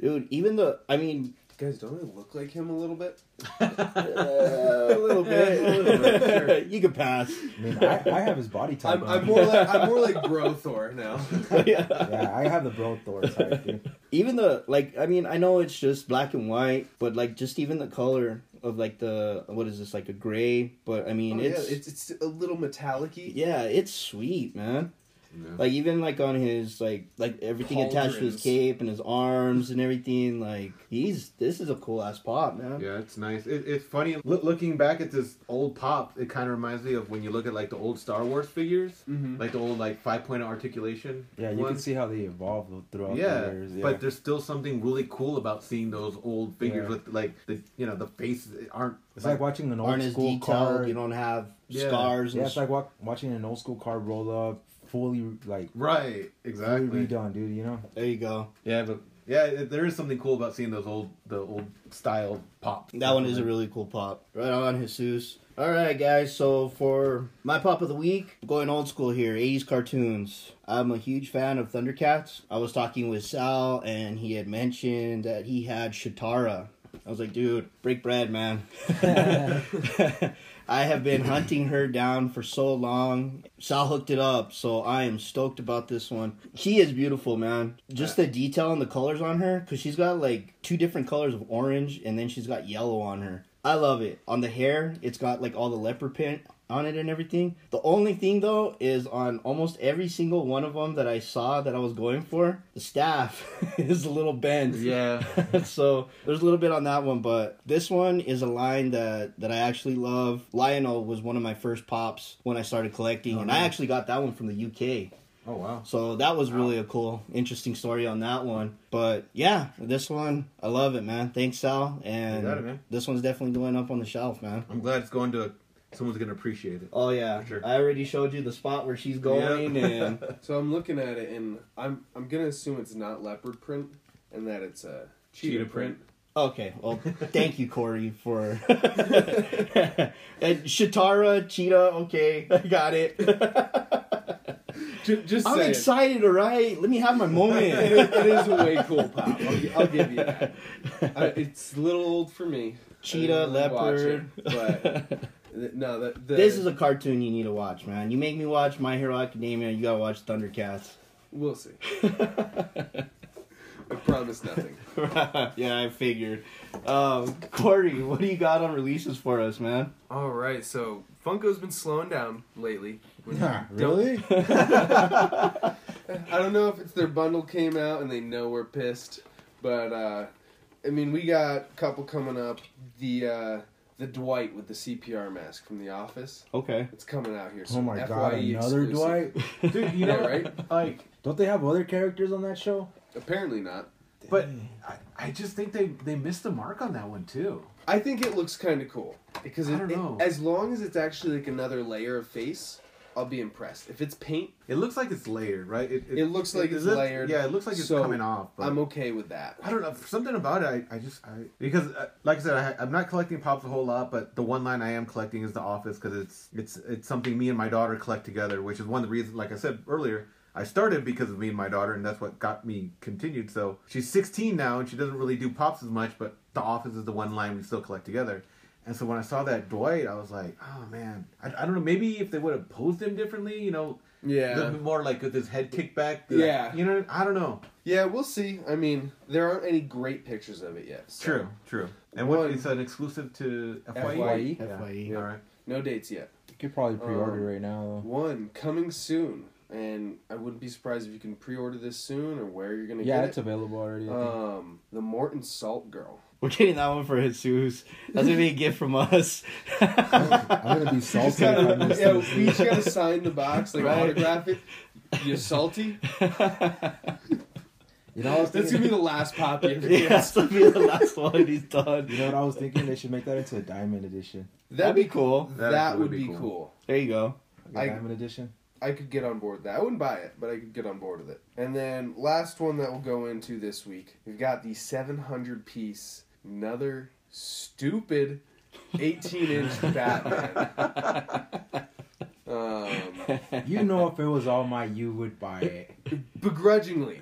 A: Dude, even the I mean,
C: guys, don't I look like him a little bit?
A: uh,
C: A little bit, a little bit. Sure.
A: you could pass.
B: I mean, I, I have his body type.
C: I'm,
B: on.
C: I'm more like I'm more like Brothor now.
B: yeah, I have the bro Thor type. Dude.
A: even the like I mean, I know it's just black and white, but like just even the color of like the what is this like a gray, but I mean,
C: Oh,
A: it's,
C: yeah, it's it's a little metallic-y.
A: yeah, it's sweet, man.
D: Yeah.
A: Like even like on his like like everything attached to his
C: Pauldrons.
A: cape and his arms and everything, like he's this is a cool ass pop, man.
D: Yeah, it's nice. It, it's funny Loo- looking back at this old pop. It kind of reminds me of when you look at like the old Star Wars figures,
C: Mhm.
D: like the old like five point articulation.
B: Yeah, you can
D: ones.
B: see how they evolved throughout
D: Yeah,
B: the years. Yeah,
D: but there's still something really cool about seeing those old figures
B: Yeah.
D: with like the you know the faces aren't.
B: it's like watching an old
A: Aren't as
B: school
A: detailed.
B: car.
A: You don't have
D: Yeah.
A: scars.
B: yeah,
A: and
B: it's like wa- watching an old school car roll up, fully like
D: right,
B: fully
D: exactly.
B: redone, dude. You know,
A: There you go.
D: Yeah, but yeah, it, there is something cool about seeing those old the old style pop.
A: That one is a really cool pop. Right on, Jesus. All right, guys. So for my pop of the week, going old school here, 80s cartoons. I'm a huge fan of Thundercats. I was talking with Sal, and he had mentioned that he had Shatara. I was like, dude, break bread, man. I have been hunting her down for so long. Sal hooked it up, so I am stoked about this one. She is beautiful, man. Just the detail and the colors on her, because she's got like two different colors of orange and then she's got yellow on her. I love it. On the hair, it's got like all the leopard print on it and everything. The only thing though is on almost every single one of them that I saw that I was going for, the staff is a little bent.
D: Yeah,
A: so there's a little bit on that one, but this one is a line that that I actually love. Lionel was one of my first pops when I started collecting, and I actually got that one from the UK.
D: oh wow.
A: So that was really a cool, interesting story on that one. But yeah, this one I love it, man. Thanks, Sal. And
D: You got it, man.
A: this one's definitely going up on the shelf, man.
D: I'm glad it's going to someone's gonna appreciate it.
A: Oh yeah,
D: Sure.
A: I already showed you the spot where she's going,
D: Yep.
A: and
C: So I'm looking at it, and I'm I'm gonna assume it's not leopard print, and that it's a cheetah,
D: Cheetah
C: print.
D: print.
A: Okay, well, thank you, Corey, for and Shatara, Cheetah. Okay, I got it.
C: Ju- Just
A: I'm
C: saying.
A: excited, all right. Let me have my
C: It
A: moment.
C: is- it is a way cool pop. I'll, gi- I'll give you that. I, it's a little old for me. I
A: Cheetah,
C: didn't really watch
A: leopard.
C: it, but th- no, the, the,
A: this is a cartoon you need to watch, man. You make me watch My Hero Academia. You gotta watch Thundercats.
C: We'll see. I promise nothing.
A: yeah, I figured. Um, Corey, what do you got on releases for us, man?
C: All right, so Funko's been slowing down lately.
B: really?
C: I don't know if it's their bundle came out and they know we're pissed, but uh, I mean we got a couple coming up. The uh, the Dwight with the CPR mask from The Office.
A: Okay.
C: It's coming out here.
B: oh
C: soon.
B: my
C: FYE
B: god, another
C: E exclusive.
B: Dwight.
D: Dude, you
C: Yeah,
D: know,
C: right?
D: Like
B: Don't they have other characters on that show?
C: Apparently not.
D: But I, I just think they, they missed the mark on that one too.
C: I think it looks kind of cool because
D: I
C: it,
D: don't
C: it-
D: know.
C: as long as it's actually like another layer of face, I'll be impressed. If it's paint,
D: It looks like it's layered, right?
C: it looks like
D: is
C: it's
D: it-
C: layered.
D: Yeah, it looks like it's
C: so
D: coming off. But
C: I'm okay with that.
D: I don't know something about it. I, I just I because uh, like I said, I, ha- I'm not collecting pops a whole lot, but the one line I am collecting is The Office because it's it's it's something me and my daughter collect together, which is one of the reasons. Like I said earlier. I started because of me and my daughter, and that's what got me continued. So she's 16 now, and she doesn't really do pops as much. But The Office is the one line we still collect together. And so when I saw that Dwight, I was like, oh man, I, I don't know. Maybe if they would have posed him differently, you know, a little
C: Yeah,
D: bit more like with his head kicked back.
C: Yeah.
D: you know, I don't know.
C: yeah, we'll see. I mean, there aren't any great pictures of it yet. so
D: True, true. And what
C: One-
D: it's an exclusive to E? FYE.
C: FYE.
B: E?
D: Yeah.
A: FYE.
D: All right.
C: No dates yet.
B: You could probably
C: Um,
B: pre-order right now
C: One coming soon, and I wouldn't be surprised if you can pre-order this soon or where you're
B: though.
C: gonna
B: Yeah,
C: get
B: it's available already.
C: it.
B: I think.
C: Um, the Morton Salt Girl.
A: We're getting that one for Jesus. That's gonna be a gift from us.
B: I'm gonna be salty. if I
C: Kinda-
B: miss
C: yeah,
B: this.
C: we each gotta sign the box, like
A: Right.
C: autograph it. You salty?
B: You know, I was
E: That's gonna be
B: thinking,
E: the last pop you ever
A: Yeah,
E: get.
A: that's gonna be the last one he's done.
B: you know what I was thinking? They should make that into a diamond edition.
A: That'd be cool.
C: That,
E: That would
C: would be,
E: be
C: cool.
E: cool.
A: There you go.
B: Like a
C: I-
B: diamond edition.
C: I could get on board with that. I wouldn't buy it, but I could get on board with it. And then last one that we'll go into this week, we've got the 700 piece, another stupid 18 inch Batman. Um,
B: You know, if it was all my, you would buy it.
C: begrudgingly,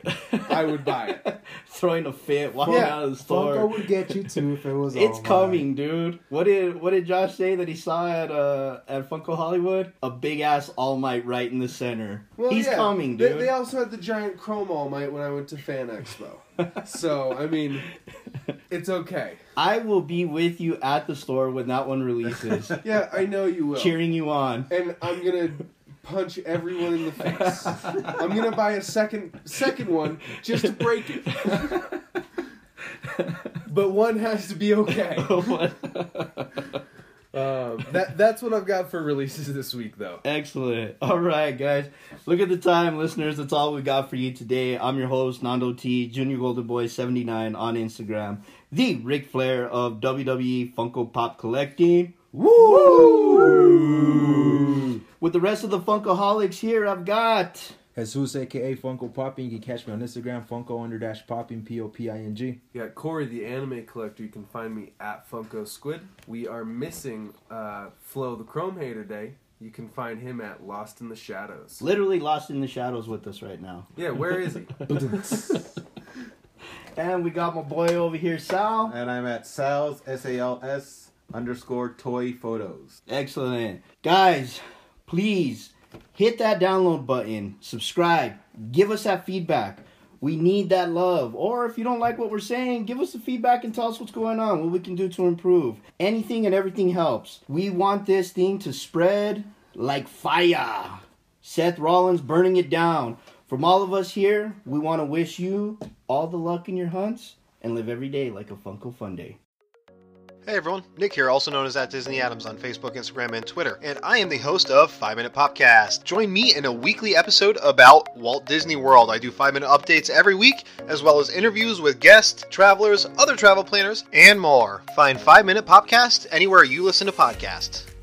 C: I would buy it.
A: Throwing a fit, walking
C: Yeah,
A: out of the
B: Funko
A: store.
B: would get you too if it was.
A: It's
B: all
A: coming, dude. What did what did Josh say that he saw at uh at Funko Hollywood? A big ass All Might right in the center. He's
C: yeah,
A: coming,
C: they-
A: dude.
C: They, also had the giant chrome all might when I went to Fan Expo. so, I mean, it's okay.
A: I will be with you at the store when that one releases,
C: Yeah, I know you will.
A: cheering you on.
C: and I'm gonna punch everyone in the face. I'm gonna buy a second second one just to break it. but one has to be okay. Um, that that's what I've got for releases this week, though.
A: Excellent. All right, guys. Look at the time, listeners. That's all we got for you today. I'm your host, Nando T, Junior Golden Boy 79 on Instagram, the Ric Flair of WWE Funko Pop Collecting. Woo! With the rest of the Funkoholics here, I've got.
B: Jesus, aka Funko Popping. You can catch me on Instagram, Funko under dash Popping, P O P I N G.
C: Yeah, Corey, the anime collector. You can find me at Funko Squid. We are missing uh, Flo, the Chrome Hater, day. You can find him at Lost in the Shadows.
A: Literally lost in the shadows with us right now.
C: Yeah, where is he?
A: And we got my boy over here, Sal.
D: And I'm at Sal's S A L S underscore toy photos.
A: Excellent. Guys, please hit that download button, subscribe, give us that feedback. We need that love. Or if you don't like what we're saying, give us the feedback and tell us what's going on, what we can do to improve. Anything and everything helps. We want this thing to spread like fire. Seth Rollins burning it down. From all of us here, we want to wish you all the luck in your hunts and live every day like a Funko Fun Day.
F: Hey everyone, Nick here, also known as at Disney Adams on Facebook, Instagram, and Twitter, and I am the host of Five Minute Popcast. Join me in a weekly episode about Walt Disney World. I do five minute updates every week, as well as interviews with guests, travelers, other travel planners, and more. Find Five Minute Popcast anywhere you listen to podcasts.